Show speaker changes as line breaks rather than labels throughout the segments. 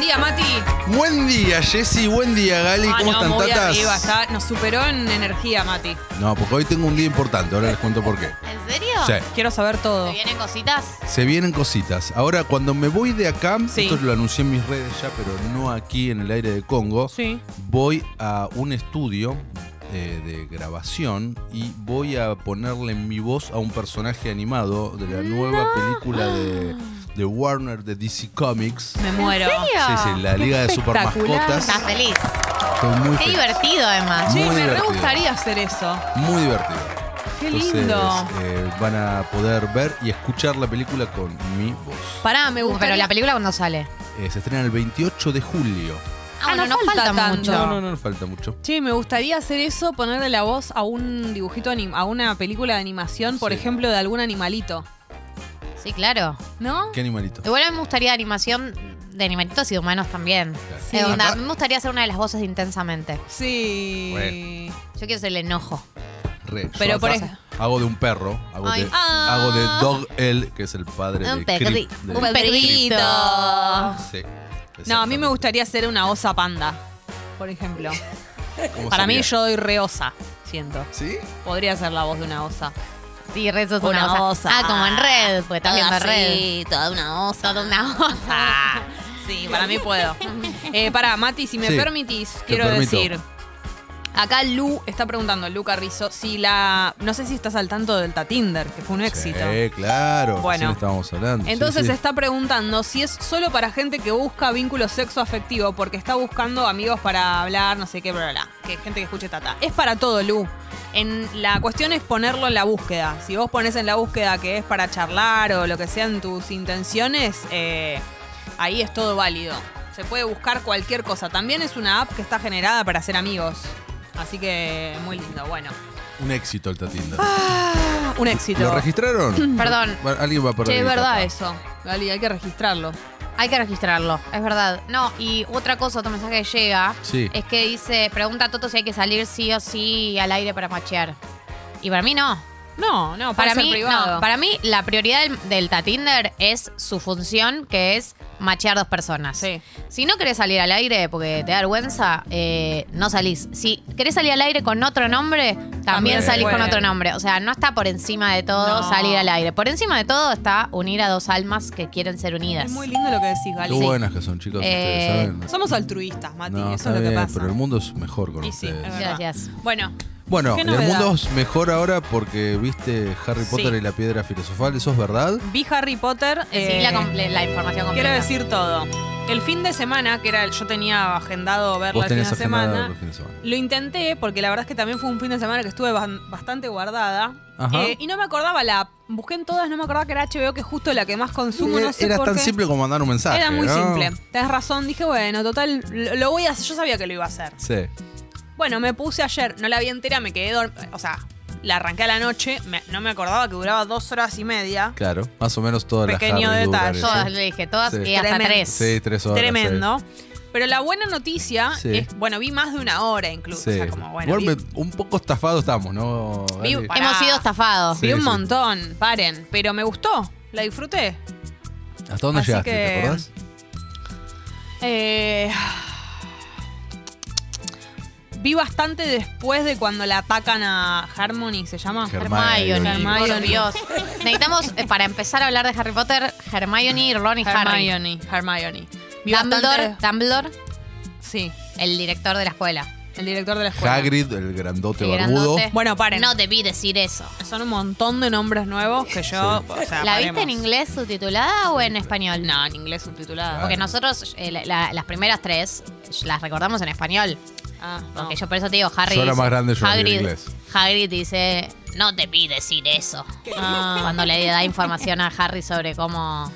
día, Mati.
Buen día, Jessy. Buen día, Gali.
Ah,
¿Cómo
no,
están,
muy
tatas?
arriba, está- nos superó en energía, Mati.
No, porque hoy tengo un día importante. Ahora les cuento por qué.
¿En serio?
Sí.
Quiero saber
¿Te
todo.
vienen cositas?
Se vienen cositas. Ahora, cuando me voy de acá,
Sí.
esto lo anuncié en mis redes ya, pero no aquí en el aire de Congo.
Sí.
Voy a un estudio eh, de grabación y voy a ponerle mi voz a un personaje animado de la nueva película de, de Warner de DC Comics.
Me muero.
Sí, sí, la Liga de Supermascotas.
Estás feliz.
Estoy muy
Qué
feliz.
divertido, además.
Sí,
Muy
me re
divertido.
gustaría hacer eso.
Muy divertido.
Qué
Entonces,
lindo.
eh, van a poder ver y escuchar la película con mi voz.
Pará, me
Uh,
gustaría.
pero la película cuando sale.
Eh, se estrena el 28 de julio.
Ah,
Ah,
bueno,
no
no
falta
falta,
tanto.
mucho.
No, no, no, no falta mucho.
Che, me gustaría hacer eso, ponerle la voz a un dibujito, anim- a una película de animación, por
Sí.
ejemplo, de algún animalito.
Sí, claro.
¿No?
¿Qué animalito?
Igual a mí me gustaría animación de animalitos y de humanos también.
Sí.
Eh, onda,
Acá,
me gustaría hacer una de las voces de intensamente.
Sí.
Bueno.
Yo quiero ser el enojo.
re, yo
Pero por
acá
ej-
Hago de un perro. Hago,
Ay.
de,
Ah.
hago de Dog L, que es el padre
Un
de Creep.
perri-
de
un
Creep.
perrito.
Sí,
No, a mí me
exactamente.
gustaría hacer una osa panda, por ejemplo.
¿Cómo
Para
sería?
mí yo doy re osa, siento.
¿Sí?
Podría ser la voz de una osa.
Sí, Red sos
Una
una, osa.
osa.
Ah, como en Red, porque estás
Toda
viendo Red.
así, toda una osa.
Toda una osa.
Ah, sí, para mí puedo. Eh, para, Mati, si me
Sí,
permitís,
te
quiero
permito.
decir. Acá Lu está preguntando, Lu Carrizo, si la. No sé si estás al tanto del Tatinder, que fue un éxito.
Sí, claro.
Bueno.
Bueno. estábamos hablando. Sí,
Entonces
sí.
está preguntando si es solo para gente que busca vínculo sexo afectivo, porque está buscando amigos para hablar, no sé qué, bla, bla, bla, que gente que escuche tata. Es para todo, Lu. En, la cuestión es ponerlo en la búsqueda. Si vos pones en la búsqueda que es para charlar o lo que sean tus intenciones, eh, ahí es todo válido. Se puede buscar cualquier cosa. También es una app que está generada para hacer amigos. Así que muy lindo, bueno.
Un éxito el Tatinder.
Ah, Un éxito.
¿Lo registraron?
Perdón.
Bueno, Alguien va a perder.
Che, es
el
verdad eh.
tapa.
eso. Gali, hay que registrarlo.
Hay que registrarlo, es verdad. No, y otra cosa, otro mensaje que llega
Sí.
es que dice, pregunta a Toto si hay que salir sí o sí al aire para machear. Y para mí no.
No, no,
Para
para
mí,
privado.
no. Para mí, la prioridad del, del Tatinder es su función, que es machear dos personas.
Sí.
Si no querés salir al aire porque te da vergüenza, eh, no salís. Si querés salir al aire con otro nombre, también,
También
se
salís con
puede.
otro nombre. O sea, no está por encima de todo
No.
salir al aire. Por encima de todo está unir a dos almas que quieren ser unidas.
Es muy lindo lo que decís,
Qué
Gali. Sí.
buenas que son, chicos.
Eh,
ustedes saben.
Somos altruistas, Mati,
No,
eso
está
es lo que
bien,
pasa.
pero el mundo es mejor con
Y sí,
ustedes.
es verdad.
Gracias.
Bueno,
Bueno,
¿Qué
el
novedad?
mundo es mejor ahora porque viste Harry
Sí.
Potter y la piedra filosofal, eso es verdad.
vi Harry Potter.
Decí
eh,
la, comple- la información completa.
quiero decir todo. El fin de semana, que era el- yo tenía agendado verla
Vos
el fin de
tenés agendada
semana,
los fines de semana.
lo intenté porque la verdad es que también fue un fin de semana que estuve ban- bastante guardada.
Ajá.
Eh, y no me acordaba la app. Busqué en todas, no me acordaba que era HBO, que es justo la que más consumo, no sé
Eh, Era
por
tan
qué.
simple como mandar un mensaje.
Era muy
¿no?
simple. Tenés razón, dije, bueno, total, lo- lo voy a hacer. Yo sabía que lo iba a hacer.
Sí.
Bueno, me puse ayer, no la vi entera, me quedé dormida. O sea, la arranqué a la noche, me- no me acordaba que duraba dos horas y media.
Claro, más o menos todas las
Pequeño
Harry duran
detalle.
eso.
Todas, le dije, todas
Sí.
y hasta
Tremendo.
tres.
Sí, tres horas.
Tremendo. Pero la buena noticia
Sí.
es, bueno, vi más de una hora
sí.
incluso.
Sí.
O sea, como, bueno, vi,
Igual me- un poco estafados estamos, ¿no?
Vi-
Gali?
pará.
Hemos sido estafados.
Sí.
vi un montón, paren. Pero me gustó, la disfruté.
¿Hasta dónde
así
llegaste?
que-
¿Te acordás?
Eh, vi bastante después de cuando la atacan a Harmony, ¿se llama?
Hermione.
Hermione.
Por Dios. Necesitamos, eh, para empezar a hablar de Harry Potter, Hermione, Ron y Harry.
Hermione. Hermione. Vi
Dumbledore,
bastante-
Dumbledore,
Sí,
el director de la escuela.
el director de la escuela.
Hagrid, el grandote
El
barbudo.
grandote.
Bueno, paren.
No debí decir eso.
Son un montón de nombres nuevos que yo. o sea,
¿La viste
paremos.
en inglés subtitulada o en español?
No, en inglés subtitulada.
Claro.
Porque nosotros eh, la- la- las primeras tres eh, las recordamos en español.
Ah, no.
Porque yo por eso te digo, Harry.
Yo la
dice-
más grande, yo la vi en
Hagrid-
inglés.
Hagrid dice, no debí decir eso.
Ah,
Cuando le da información a Harry sobre cómo,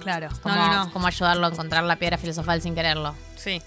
claro.
cómo,
no, no, no.
cómo ayudarlo a encontrar la piedra filosofal sin quererlo.
Sí.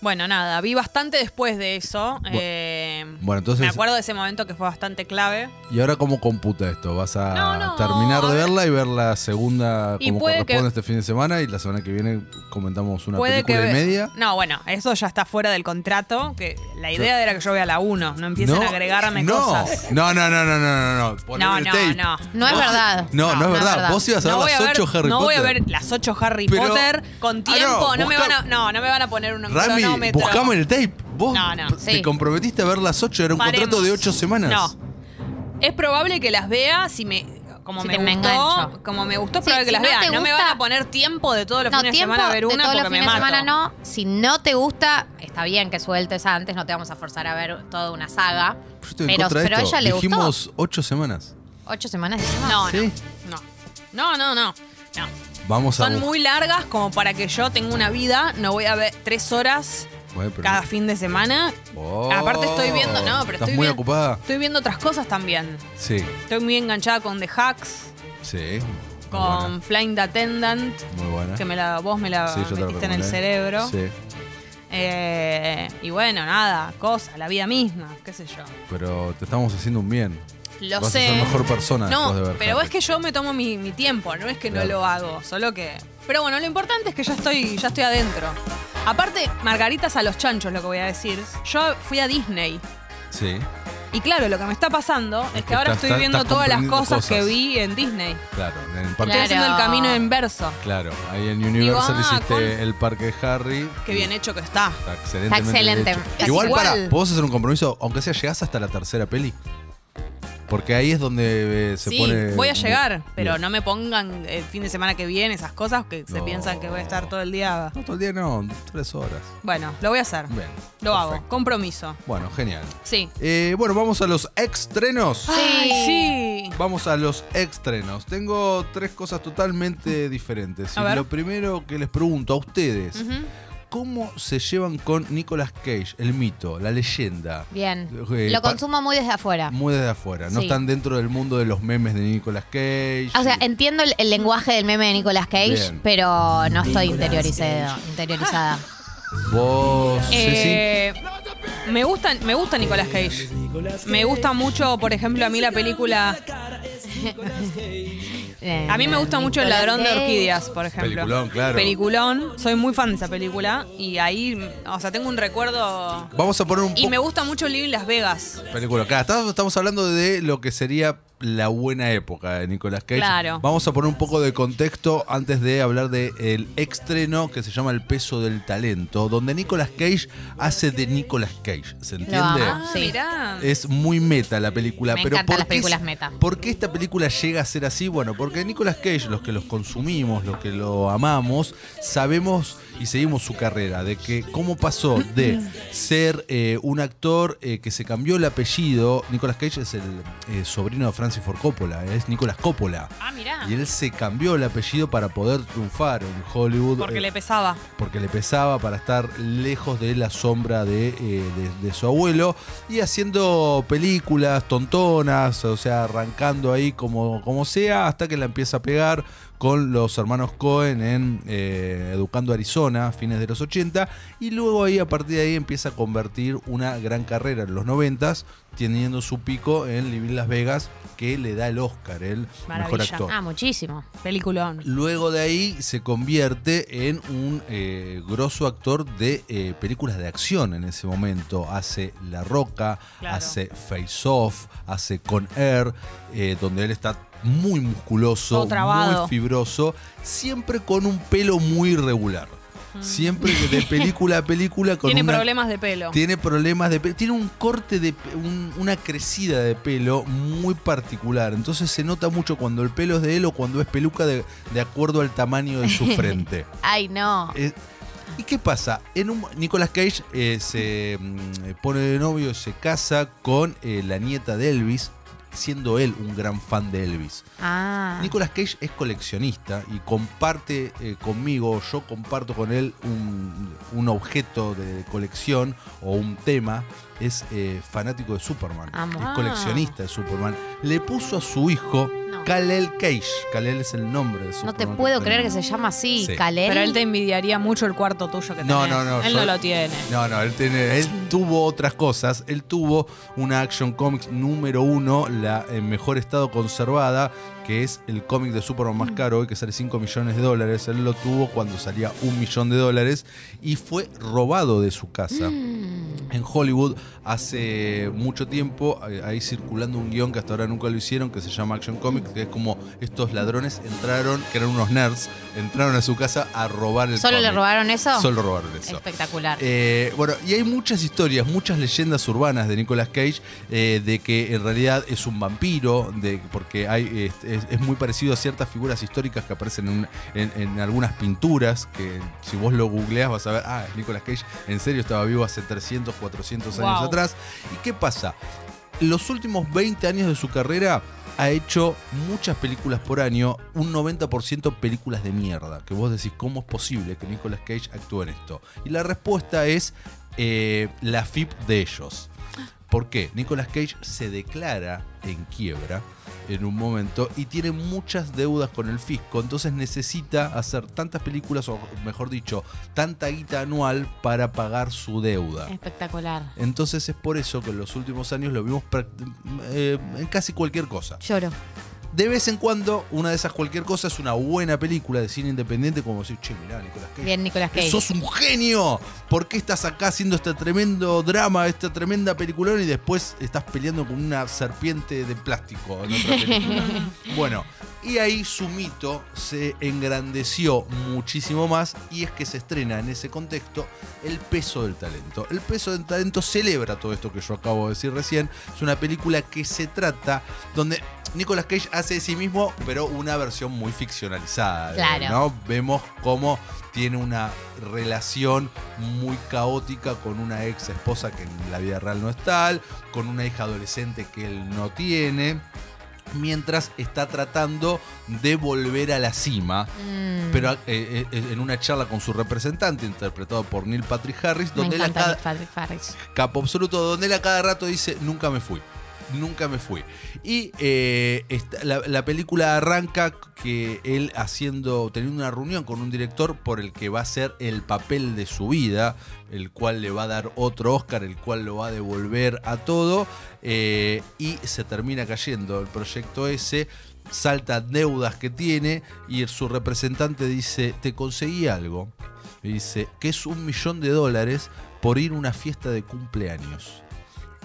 Bueno, nada, vi bastante después de eso. eh,
Bueno,
Me
entonces,
acuerdo de ese momento que fue bastante clave.
¿y ahora cómo computa esto? ¿Vas a
No, no,
terminar
a
de
ver.
verla y ver la segunda
Y
como
puede
corresponde
que-
este fin de semana? Y la semana que viene comentamos una
Puede
película
que
y
ve-
media.
No, bueno, eso ya está fuera del contrato. Que la idea era que yo vea la 1. No empiecen
no,
a agregarme
no,
cosas.
No, no, no, no, no, no, no. Poneme
No,
el
no,
tape.
no.
No es
Vos-
verdad.
No, no, es,
no es
verdad.
verdad.
Vos ibas a ver
voy
las
ver-
8 Harry
no
Potter.
voy a ver las 8 Harry
Pero-
Potter
Ah,
con
no,
tiempo. no, me
busca-
van a, no, no me van a poner un
Rami,
cronómetro.
buscame el tape. Vos
No, no,
p- te
sí.
comprometiste a ver las 8, era un
Paremos.
contrato de 8 semanas.
No. Es probable que las vea si me. Como
Si
me,
te me
gustó,
engancho.
como me gustó, es
Sí,
probable que
si
las
no
vea.
te
No me
gusta-
van a poner tiempo de todos los
No,
fines de
tiempo
semana a ver
de
una
todos los
porque me
fines de
mato.
semana no. Si no te gusta, está bien que sueltes antes, no te vamos a forzar a ver toda una saga.
Yo estoy en
Pero,
contra de
pero a
esto.
ella le gustó.
Dijimos 8 semanas.
Ocho semanas dijimos.
No,
Sí.
no, no. No, no, no. no.
Vamos a
Son
bus-
muy largas como para que yo tenga una vida. No voy a ver tres horas
Bueno, pero-
cada fin de semana.
Oh,
Aparte estoy viendo, no, pero
¿Estás
estoy
muy
bien-
ocupada?
Estoy viendo otras cosas también.
Sí,
Estoy muy enganchada con The Hacks,
sí. Muy
con Flying the Attendant,
buena, Muy buena.
que me la, vos me la
¿Eh? Sí, yo te la
metiste en el
recomendé.
cerebro.
Sí,
Eh, y bueno, nada, cosas, la vida misma, qué sé yo.
pero te estamos haciendo un bien.
Lo
Vas
sé.
a ser mejor persona
No,
después de ver
pero
Harry.
es que yo me tomo mi, mi tiempo, no es que no
Claro.
lo hago, solo que. Pero bueno, lo importante es que ya estoy, ya estoy adentro. Aparte, margaritas a los chanchos, lo que voy a decir. Yo fui a Disney.
Sí,
Y claro, lo que me está pasando es, que,
que
ahora
estás-
estoy viendo
estás
todas las
comprendiendo
cosas, que
cosas.
vi en Disney. Estoy
claro. En el parque.
Claro.
haciendo el camino inverso.
Claro, ahí en Universal
ah,
hiciste
con-
el parque Harry.
Qué bien hecho que está.
Está excelente.
Está excelente. Es
Igual,
igual.
para, podemos hacer un compromiso, aunque sea llegás hasta la tercera peli. Porque ahí es donde eh, se
sí,
pone.
voy a llegar, pero
Bien.
no me pongan el fin de semana que viene esas cosas que se
No.
piensan que voy a estar todo el día.
No, todo el día no, tres horas.
Bueno, lo voy a hacer.
Bien.
Ah, Lo hago.
perfecto.
Compromiso.
Bueno, genial.
Sí.
Eh, bueno, vamos a los estrenos.
Ay, sí.
Vamos a los estrenos. Tengo tres cosas totalmente diferentes.
A
Y
ver.
Lo primero que les pregunto a ustedes,
Ujú.
¿cómo se llevan con Nicolas Cage, el mito, la leyenda?
Bien.
Eh,
Lo
pa-
consumo muy desde afuera.
Muy desde afuera. No
Sí.
están dentro del mundo de los memes de Nicolas Cage.
O
eh,
sea, entiendo el, el lenguaje del meme de Nicolas Cage,
Bien.
pero no estoy interiorizado, interiorizada.
Vos. sí,
Eh, Me gusta, me gusta Nicolas Cage. Me gusta mucho, por ejemplo, a mí la película. Eh, A mí me gusta mucho El Ladrón de Orquídeas, por ejemplo.
Peliculón, claro.
Peliculón. Soy muy fan de esa película. Y ahí, o sea, tengo un recuerdo.
sí. Vamos a poner un
Y me
poco.
gusta mucho Living Las Vegas.
Película. Claro, estamos, estamos hablando de lo que sería la buena época de Nicolas Cage.
Claro.
Vamos a poner un poco de contexto antes de hablar del estreno que se llama El peso del talento, donde Nicolas Cage hace de Nicolas Cage. ¿Se entiende?
amo.
Ah,
Sí.
mirá.
Es muy meta la película.
Me
pero
encantan
¿por
las
qué-
películas meta.
¿Por qué esta película llega a ser así? Bueno, porque Nicolas Cage, los que los consumimos, los que lo amamos, sabemos y seguimos su carrera, de que cómo pasó de ser eh, un actor eh, que se cambió el apellido. Nicolas Cage es el eh, sobrino de Francis Ford Coppola, es Nicolas Coppola.
Ah, mirá.
Y él se cambió el apellido para poder triunfar en Hollywood.
Porque
eh,
le pesaba.
porque le pesaba para estar lejos de la sombra de, eh, de- de su abuelo y haciendo películas tontonas, o sea, arrancando ahí como, como sea, hasta que la empieza a pegar con los hermanos Cohen en eh, Educando Arizona, fines de los 80, y luego ahí a partir de ahí empieza a convertir una gran carrera en los 90, teniendo su pico en Living Las Vegas, que le da el Oscar, el mejor
Maravilla.
actor.
Ah, muchísimo.
Peliculón.
Luego de ahí se convierte en un eh, grosso actor de eh, películas de acción en ese momento. Hace La Roca,
Claro.
hace Face Off, hace Con Air, eh, donde él está muy musculoso,
Todo trabado.
muy fibroso, siempre con un pelo muy irregular. Siempre de película a película con
Mm. Tiene
una-
problemas de pelo.
tiene problemas de pelo. Tiene un corte de. pe- un- una crecida de pelo muy particular. Entonces se nota mucho cuando el pelo es de él o cuando es peluca de, de acuerdo al tamaño de su frente.
Ay, no.
Eh, ¿Y qué pasa? En un, Nicolas Cage eh, se mm, pone de novio, se casa con eh, la nieta de Elvis, siendo él un gran fan de Elvis.
Ah.
Nicolas Cage es coleccionista y comparte eh, conmigo, yo comparto con él un, un objeto de colección o un tema. Es eh, fanático de Superman.
Amo.
Es coleccionista de Superman. Le puso a su hijo
No.
Kalel Cage. Kalel es el nombre de su
No te
pronombre
puedo creer que
femenino.
se llama así,
Sí.
Kalel.
Pero él te envidiaría mucho el cuarto tuyo que
No,
tenés.
no, no,
Él
yo-
no lo tiene.
No, no, él, tiene- él tuvo otras cosas. Él tuvo una Action Comics número uno, la en mejor estado conservada, que es el cómic de Superman más caro, hoy que sale 5 millones de dólares. Él lo tuvo cuando salía un millón de dólares y fue robado de su casa.
Mm.
En Hollywood hace mucho tiempo eh, ahí circulando un guión que hasta ahora nunca lo hicieron que se llama Action Comics, que es como estos ladrones entraron, que eran unos nerds, entraron a su casa a robar el
¿Solo le
cómic.
robaron eso?
Solo robaron eso.
Espectacular.
Eh, bueno, y hay muchas historias, muchas leyendas urbanas de Nicolas Cage eh, de que en realidad es un vampiro, de, porque hay, es, es- es muy parecido a ciertas figuras históricas que aparecen en, en- en algunas pinturas, que si vos lo googleás vas a ver, ah, Nicolas Cage en serio estaba vivo hace 300, 400 años
Wow.
atrás. ¿Y qué pasa? Los últimos 20 años de su carrera ha hecho muchas películas por año, un 90% películas de mierda. Que vos decís, ¿cómo es posible que Nicolas Cage actúe en esto? Y la respuesta es eh, la FIP de ellos. ¿Por qué? Nicolas Cage se declara en quiebra en un momento y tiene muchas deudas con el fisco, entonces necesita hacer tantas películas, o mejor dicho, tanta guita anual para pagar su deuda.
Espectacular.
Entonces es por eso que en los últimos años lo vimos prac- eh, en casi cualquier cosa.
Lloro.
De vez en cuando, una de esas cualquier cosa es una buena película de cine independiente, como decir, che, mirá, Nicolás Cage.
Bien, Nicolas Cage.
¡Sos un genio! ¿Por qué estás acá haciendo este tremendo drama, esta tremenda peliculón y después estás peleando con una serpiente de plástico en otra película? bueno, y ahí su mito se engrandeció muchísimo más y es que se estrena en ese contexto el peso del talento. El peso del talento celebra todo esto que yo acabo de decir recién. Es una película que se trata donde Nicolas Cage hace de sí mismo, pero una versión muy ficcionalizada. de él,
Claro.
¿no? Vemos cómo tiene una relación muy caótica con una ex esposa que en la vida real no es tal, con una hija adolescente que él no tiene. Mientras está tratando de volver a la cima,
Mm,
pero eh, eh, en una charla con su representante, interpretado por Neil Patrick Harris,
me
donde él a
encanta
cada-
Nick Patrick Harris.
capo absoluto, donde él a cada rato dice, nunca me fui. Nunca me fui. Y eh, esta- la, la película arranca que él haciendo, teniendo una reunión con un director por el que va a ser el papel de su vida, el cual le va a dar otro Oscar, el cual lo va a devolver a todo, eh, y se termina cayendo el proyecto ese, salta deudas que tiene y su representante dice, te conseguí algo, y dice que es un millón de dólares por ir a una fiesta de cumpleaños.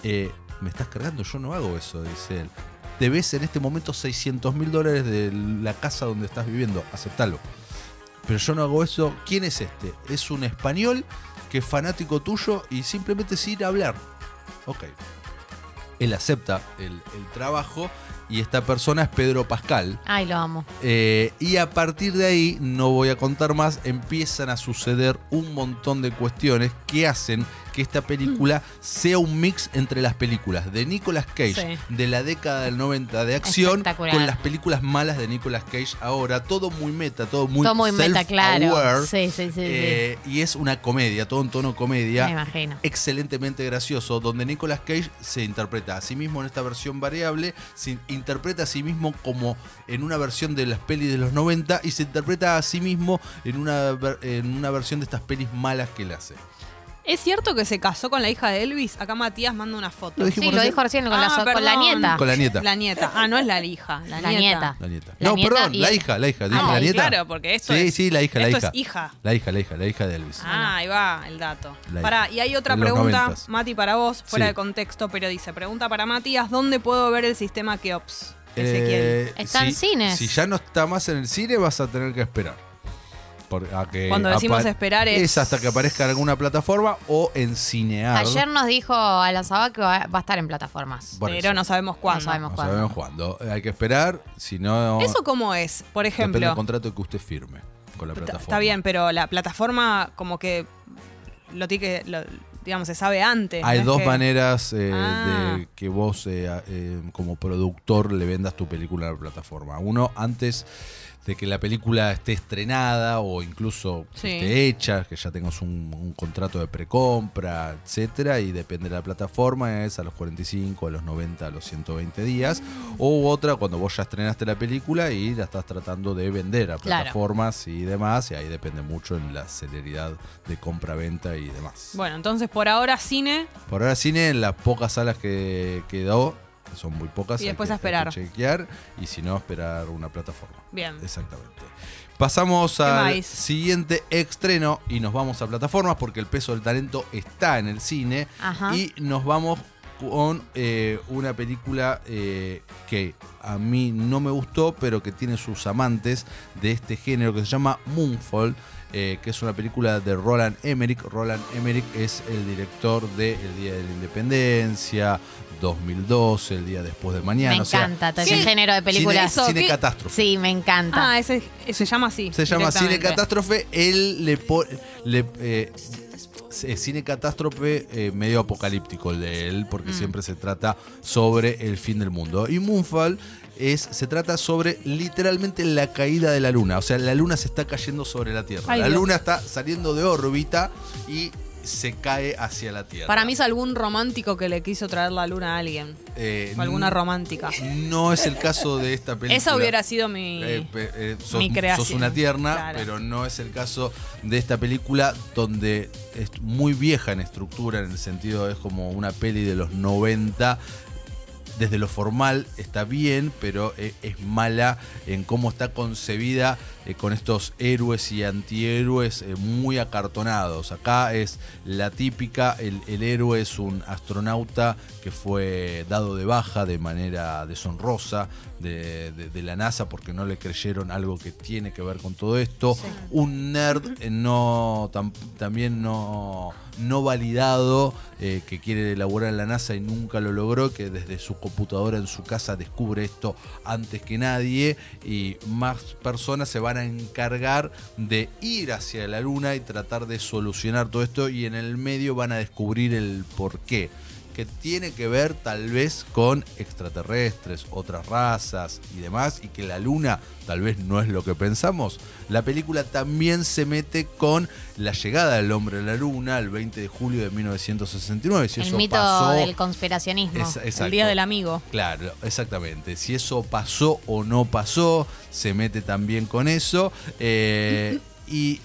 Eh, me estás cargando, yo no hago eso, dice él. Debes en este momento 600 mil dólares de la casa donde estás viviendo, aceptalo. Pero yo no hago eso. ¿Quién es este? Es un español que es fanático tuyo y simplemente es ir a hablar. Ok. Él acepta el, el trabajo y esta persona es Pedro Pascal.
Ay, lo amo.
Eh, y a partir de ahí, no voy a contar más, empiezan a suceder un montón de cuestiones que hacen que esta película
Mm.
sea un mix entre las películas de Nicolas Cage
Sí.
de la década del 90 de acción
Espectacular.
con las películas malas de Nicolas Cage ahora. Todo muy meta, todo muy,
Todo muy meta, claro.
self-aware.
Sí, sí, sí. sí.
Eh, y es una comedia, todo en tono comedia
me imagino.
excelentemente gracioso, donde Nicolas Cage se interpreta a sí mismo en esta versión variable, se interpreta a sí mismo como en una versión de las pelis de los 90 y se interpreta a sí mismo en una, ver- en una versión de estas pelis malas que él hace.
¿Es cierto que se casó con la hija de Elvis? Acá Matías manda una foto.
Lo dijimos
Sí, lo dijo recién con, la,
Ah,
so- con la
perdón.
nieta.
Con la nieta.
La nieta. Ah, no es la hija. La,
La nieta.
La nieta.
La
no,
nieta
perdón,
y
la
el-
hija, la hija. ¿Dije
Ah,
la nieta?
claro, porque esto
sí,
es-
sí, la hija, la
esto
hija.
es hija.
La hija, la hija, la hija de Elvis.
Ah, ahí va el dato.
La
Pará, y hay otra
En los
pregunta,
noventas.
Mati, para vos, fuera
Sí.
de contexto, pero dice, pregunta para Matías, ¿dónde puedo ver el sistema Keops? Ezequiel.
Eh,
Está en
si-
cines.
Si ya no está más en el cine, vas a tener que esperar. Por- a que
Cuando decimos
apa-
esperar es-
hasta que aparezca en alguna plataforma o en cinear.
Ayer nos dijo Alazaba que va va a estar en plataformas.
Por
pero
eso.
no sabemos cuándo.
No sabemos.
No sabemos cuándo. Hay que esperar, si no.
¿Eso cómo es? Por
depende del
ejemplo,
contrato que usted firme con la
está-
plataforma.
está bien, pero la plataforma como que lo tiene que, lo- digamos, se sabe antes.
Hay
no es
dos
que-
maneras eh,
Ah.
de que vos, eh, a- eh, como productor, le vendas tu película a la plataforma. Uno, antes de que la película esté estrenada o incluso
Sí.
esté hecha, que ya tengas un, un contrato de precompra, etcétera, y depende de la plataforma, es a los 45, a los 90, a los 120 días, o otra cuando vos ya estrenaste la película y la estás tratando de vender a
Claro.
plataformas y demás, y ahí depende mucho en la celeridad de compra-venta y demás.
Bueno, entonces por ahora cine.
Por ahora cine en las pocas salas que quedó, que son muy pocas.
Y
hay
después
que-
a
hay que
esperar.
chequear y si no, esperar una plataforma.
Bien.
Exactamente. Pasamos al
más?
siguiente estreno y nos vamos a plataformas porque el peso del talento está en el cine.
Ajá.
Y nos vamos con eh, una película eh, que a mí no me gustó, pero que tiene sus amantes de este género, que se llama Moonfall, eh, que es una película de Roland Emmerich. Roland Emmerich es el director de El Día de la Independencia, 2012, El Día Después de Mañana.
Me
o sea,
encanta todo
cine-
ese género de películas.
Cine, cine
¿Qué?
catástrofe.
Sí, me encanta.
Ah, ese, se llama así.
Se llama Cine
directamente.
Catástrofe. Él le pone. cine Catástrofe eh, medio apocalíptico el de él, porque
Mm.
siempre se trata sobre el fin del mundo. Y Moonfall es, se trata sobre literalmente la caída de la luna. O sea, la luna se está cayendo sobre la Tierra.
Ay,
la
Dios.
luna está saliendo de órbita y se cae hacia la Tierra.
Para mí es algún romántico que le quiso traer la luna a alguien.
Eh,
O alguna romántica.
No es el caso de esta película.
Esa hubiera sido mi.
Eh, pe- eh, sos,
mi creación.
sos una tierna,
Claro.
pero no es el caso de esta película donde es muy vieja en estructura, en el sentido es como una peli de los 90. Desde lo formal está bien, pero eh, es mala en cómo está concebida eh, con estos héroes y antihéroes eh, muy acartonados. Acá es la típica, el, el héroe es un astronauta que fue dado de baja de manera deshonrosa de, de- de la NASA porque no le creyeron algo que tiene que ver con todo esto. Un nerd eh, no tam- también no, no validado eh, que quiere elaborar en la NASA y nunca lo logró, que desde su computadora en su casa descubre esto antes que nadie y más personas se van a encargar de ir hacia la luna y tratar de solucionar todo esto y en el medio van a descubrir el por qué que tiene que ver tal vez con extraterrestres, otras razas y demás, y que la luna tal vez no es lo que pensamos. La película también se mete con la llegada del hombre a la luna el 20 de julio de 1969. Si
el
eso
mito
pasó,
del conspiracionismo.
Es- exacto.
El día del amigo.
Claro, exactamente. Si eso pasó o no pasó, se mete también con eso. Eh, y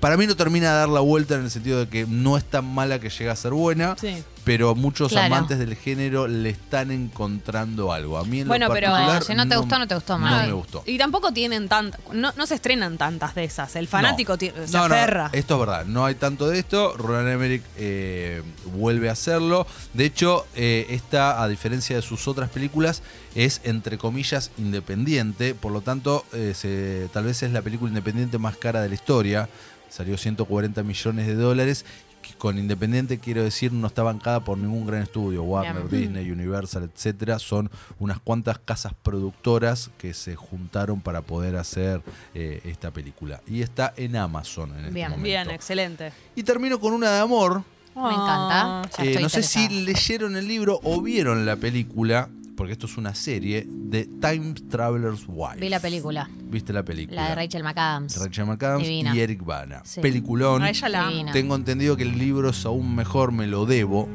para mí no termina de dar la vuelta en el sentido de que no es tan mala que llega a ser buena
Sí.
pero muchos
Claro.
amantes del género le están encontrando algo. A mí en
Bueno,
lo
pero,
particular,
eh, si no te gustó, no te gustó,
No
Mavi.
me gustó.
Y tampoco tienen tantas. No, no se estrenan tantas de esas. El fanático
No.
ti- se
No, no,
aferra.
esto es verdad, no hay tanto de esto. Roland Emmerich eh, vuelve a hacerlo. De hecho, eh, esta, a diferencia de sus otras películas, es entre comillas independiente. Por lo tanto, eh, se- tal vez es la película independiente más cara de la historia. Salió 140 millones de dólares. que Con Independiente quiero decir, no está bancada por ningún gran estudio, Warner,
Bien.
Disney, Universal, etcétera. Son unas cuantas casas productoras que se juntaron para poder hacer eh, esta película. Y está en Amazon en este
Bien.
momento.
Bien, excelente. Ah.
Y termino con una de amor.
Me encanta. Ya
Eh,
estoy
no sé si
interesada.
leyeron el libro o vieron la película, porque esto es una serie, de Time Traveler's Wife.
Vi la película,
¿Viste la película?
la de Rachel McAdams.
Rachel McAdams
Divina.
y Eric Bana.
Sí.
Peliculón.
A ella la amo.
Divina.
Tengo entendido que el libro es aún mejor, me lo debo.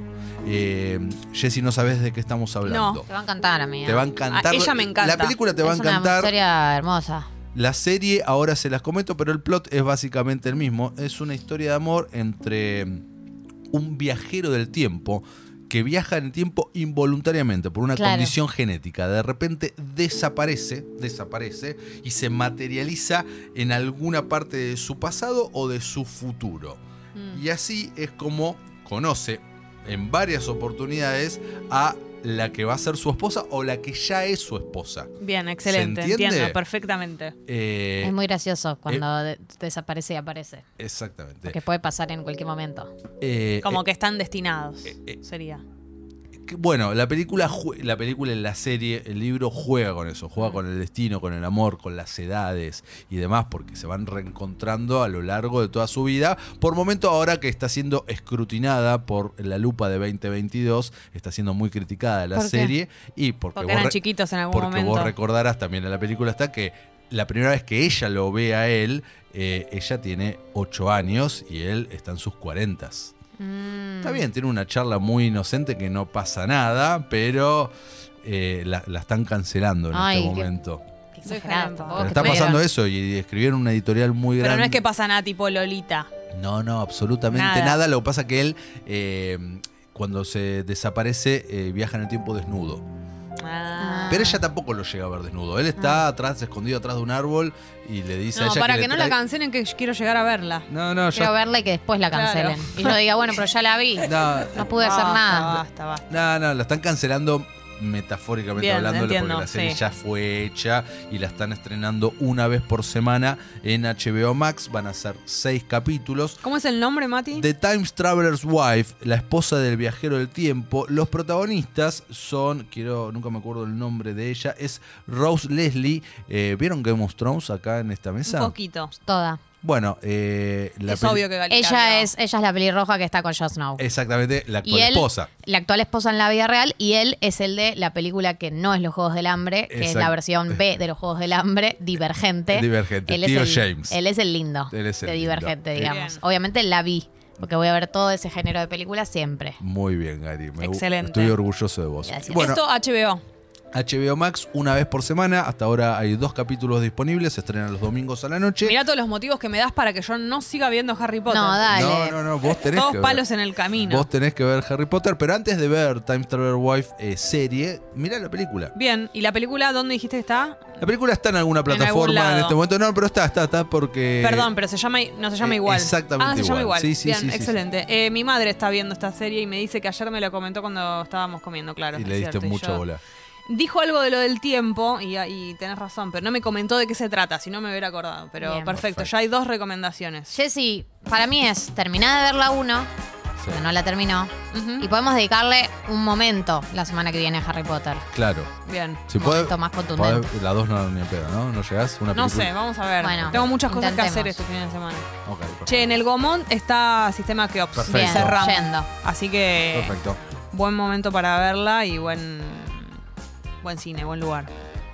Eh, Jessy, no sabes de qué estamos hablando.
Te va a encantar, amiga.
Te va a encantar.
Ah, ella me encanta.
La película te va a
es
encantar.
una historia hermosa.
La serie, ahora se las comento, pero el plot es básicamente el mismo. Es una historia de amor entre un viajero del tiempo que viaja en el tiempo involuntariamente por una
Claro.
condición genética. De repente desaparece, desaparece y se materializa en alguna parte de su pasado o de su futuro.
Mm.
Y así es como conoce en varias oportunidades a la que va a ser su esposa o la que ya es su esposa.
Bien, excelente.
¿Se entiende?
Entiendo perfectamente.
Eh,
es muy gracioso cuando de- desaparece y aparece.
exactamente.
Porque puede pasar en cualquier momento.
Eh,
Como que están destinados.
eh, eh.
Sería.
que- bueno, la película, jue- la película, la serie, el libro juega con eso,
Mm.
juega con el destino, con el amor, con las edades y demás, porque se van reencontrando a lo largo de toda su vida. Por momento, ahora que está siendo escrutinada por la lupa de 2022, está siendo muy criticada la
¿Por qué?
serie y porque,
Porque
vos
eran
re-
chiquitos en algún
porque
momento.
vos recordarás también en la película está que la primera vez que ella lo ve a él, eh, ella tiene 8 años y él está en sus 40.
Mm,
Está bien, tiene una charla muy inocente que no pasa nada, pero eh, la, la están cancelando en
Ay,
este
qué-
momento.
Qué exagerado, tampoco
Pero
Pero
que
está
tuvieron.
pasando eso y escribieron una editorial muy grande.
Pero no es que pasa nada tipo Lolita.
No, no, absolutamente
Nada.
nada. Lo que pasa que él, eh, cuando se desaparece, eh, viaja en el tiempo desnudo.
Ah.
Pero ella tampoco lo llega a ver desnudo. Él está atrás, escondido atrás de un árbol y le dice a
No,
ella
para que,
le
no la
trae-
cancelen que quiero llegar a verla.
No, no,
Quiero
yo.
verla y que después la cancelen.
Claro.
Y yo diga, bueno, pero ya la vi. No,
No,
pude hacer
Basta,
nada.
Basta, basta.
no, no, la están cancelando metafóricamente
Bien,
hablando
entiendo,
porque la serie
sí.
ya fue hecha y la están estrenando una vez por semana en HBO Max. Van a ser seis capítulos.
¿Cómo es el nombre, Mati?
The Time Traveler's Wife, la esposa del viajero del tiempo. Los protagonistas son, quiero, nunca me acuerdo el nombre de ella, es Rose Leslie. Eh, ¿Vieron Game of Thrones acá en esta
Un
mesa?
poquito.
Toda.
Bueno, eh, la
es
peli-
obvio que Galita
Ella
vio.
es, ella es la pelirroja que está con Jon Snow.
Exactamente, la
Y
actual
él,
esposa.
la actual esposa en la vida real, y él es el de la película que no es Los Juegos del Hambre, que es
Exacto.
la versión B de Los Juegos del Hambre, Divergente.
Divergente,
Él
tío
es el,
James.
Él es el lindo
Él es el
de
lindo.
Divergente,
Bien.
digamos. Obviamente la vi, porque voy a ver todo ese género de películas siempre.
Muy bien, Gary. me gu-
Excelente.
Estoy orgulloso de vos.
Gracias.
Bueno,
Esto HBO.
HBO Max una vez por semana. Hasta ahora hay dos capítulos disponibles. Se estrenan los domingos a la noche.
Mirá todos los motivos que me das para que yo no siga viendo Harry Potter.
No, dale.
No, no, no. Vos tenés
Todos
que ver.
palos en el camino.
Vos tenés que ver Harry Potter, pero antes de ver Time Traveler Wife eh, serie, mirá la película.
Bien, ¿y la película dónde dijiste que está?
La película está en alguna plataforma en,
lado.
este momento. No, pero está, está, está porque.
Perdón, pero se llama, no se llama
eh,
igual.
exactamente
Ah, se llama
igual.
igual.
Sí, sí,
Bien,
sí, sí,
excelente. Eh, mi madre está viendo esta serie y me dice que ayer me lo comentó cuando estábamos comiendo, claro.
Y
es
le diste
cierto, y
mucha
yo-
bola.
Dijo algo de lo del tiempo y, y tenés razón, pero no me comentó de qué se trata, si no me hubiera acordado. Pero
Bien.
perfecto,
Perfecto.
ya hay dos recomendaciones.
Jessy, para mí es, terminá de ver la 1,
Sí,
pero no la terminó,
Ujú.
y podemos dedicarle un momento la semana que viene a Harry Potter.
Claro.
Bien.
Si
Un
podés-
momento más
podés-
contundente.
la dos no ni en pedo, ¿no? ¿No llegás? Una
No
película?
sé, vamos a ver.
Bueno,
Tengo muchas cosas
intentemos.
que hacer este fin de semana.
Ok, perfecto.
Che, en el Gomont está Sistema Keops.
Perfecto.
Bien,
Cerramos.
yendo.
Así que
Perfecto.
buen momento para verla y buen buen cine, buen lugar.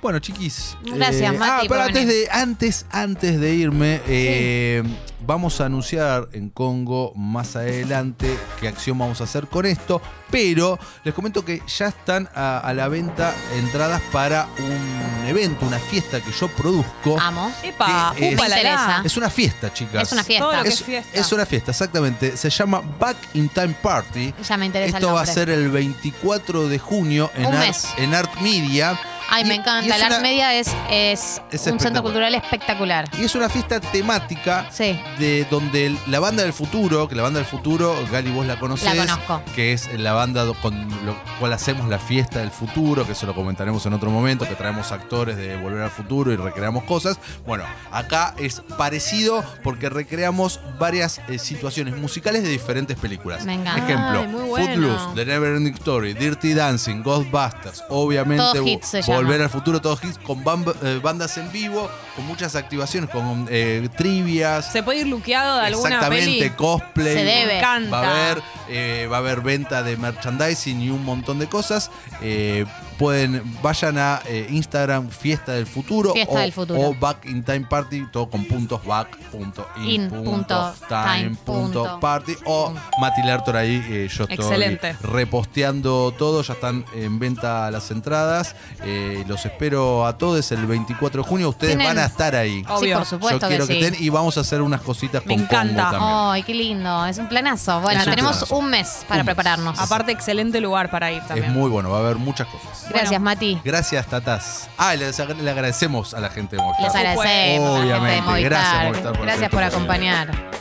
Bueno, chiquis.
Gracias, Mati,
Ah,
por
pero antes
venir.
de, antes, antes de irme, eh, vamos a anunciar en Congo más adelante qué acción vamos a hacer con esto. Pero les comento que ya están a, a la venta entradas para un evento, una fiesta que yo produzco.
Amo.
Epa,
Sí, es-
upa, la, la.
Interesa.
Es una fiesta, chicas.
Ah. Es una fiesta.
Todo lo que
Es,
es fiesta.
es una fiesta, exactamente. Se llama Back in Time Party.
Ya me interesa el
Esto va a
nombre.
ser el 24 de junio en,
Un
Art-
mes.
en Art Media.
Ay,
Y-
me
y
encanta.
es
La
una-
Art Media es, es,
Es
un centro
espectacular.
cultural espectacular.
Y es una fiesta temática
Sí.
de donde el- la banda del futuro, que la banda del futuro, Gali, vos la conocés.
La conozco.
Que es la banda do- con la cual hacemos la fiesta del futuro, que eso lo comentaremos en otro momento, que traemos actores de Volver al Futuro y recreamos cosas. Bueno, acá es parecido porque recreamos varias eh, situaciones musicales de diferentes películas.
Me encanta.
Ejemplo,
Ay, muy bueno.
Footloose, The Neverending Story, Dirty Dancing, Ghostbusters, obviamente
Todos
vo-
hits se llama.
Volver al Futuro, todos hits con bamba- eh, bandas en vivo, con muchas activaciones, con eh, trivias.
¿Se puede ir luqueado de alguna
Exactamente,
peli?
cosplay.
Se debe.
Me encanta.
Va a haber, eh, va a haber venta de merchandising y un montón de cosas. Eh, pueden, vayan a eh, Instagram Fiesta del Futuro
Fiesta
o,
del Futuro.
o Back in Time Party, todo con puntos back punto in
In
punto
punto
time
time
punto
punto
party o Mati Lartor ahí eh, yo estoy
Excelente.
reposteando todo, ya están en venta las entradas. Eh, los espero a todos el 24 de junio, ustedes
Tienen-
van a estar ahí.
Sí,
Obvio.
por supuesto
Yo quiero
que
que,
sí. Oh,
estén y vamos a hacer unas cositas
Me
con
encanta.
Congo también.
Ay, qué lindo. Es un planazo. Bueno,
Es un
tenemos
planazo.
un mes para
Un mes.
prepararnos.
Aparte, excelente lugar para ir
es
también.
muy bueno, va a haber muchas cosas.
Gracias,
Bueno.
Mati.
Gracias, Tatas. Ah, y les agra- le agradecemos a la gente de Movistar.
Les
Por supuesto.
agradecemos a la gente de
Obviamente. Gracias,
Movistar.
Movistar, por
Gracias
hacer
por
esto posible.
acompañar.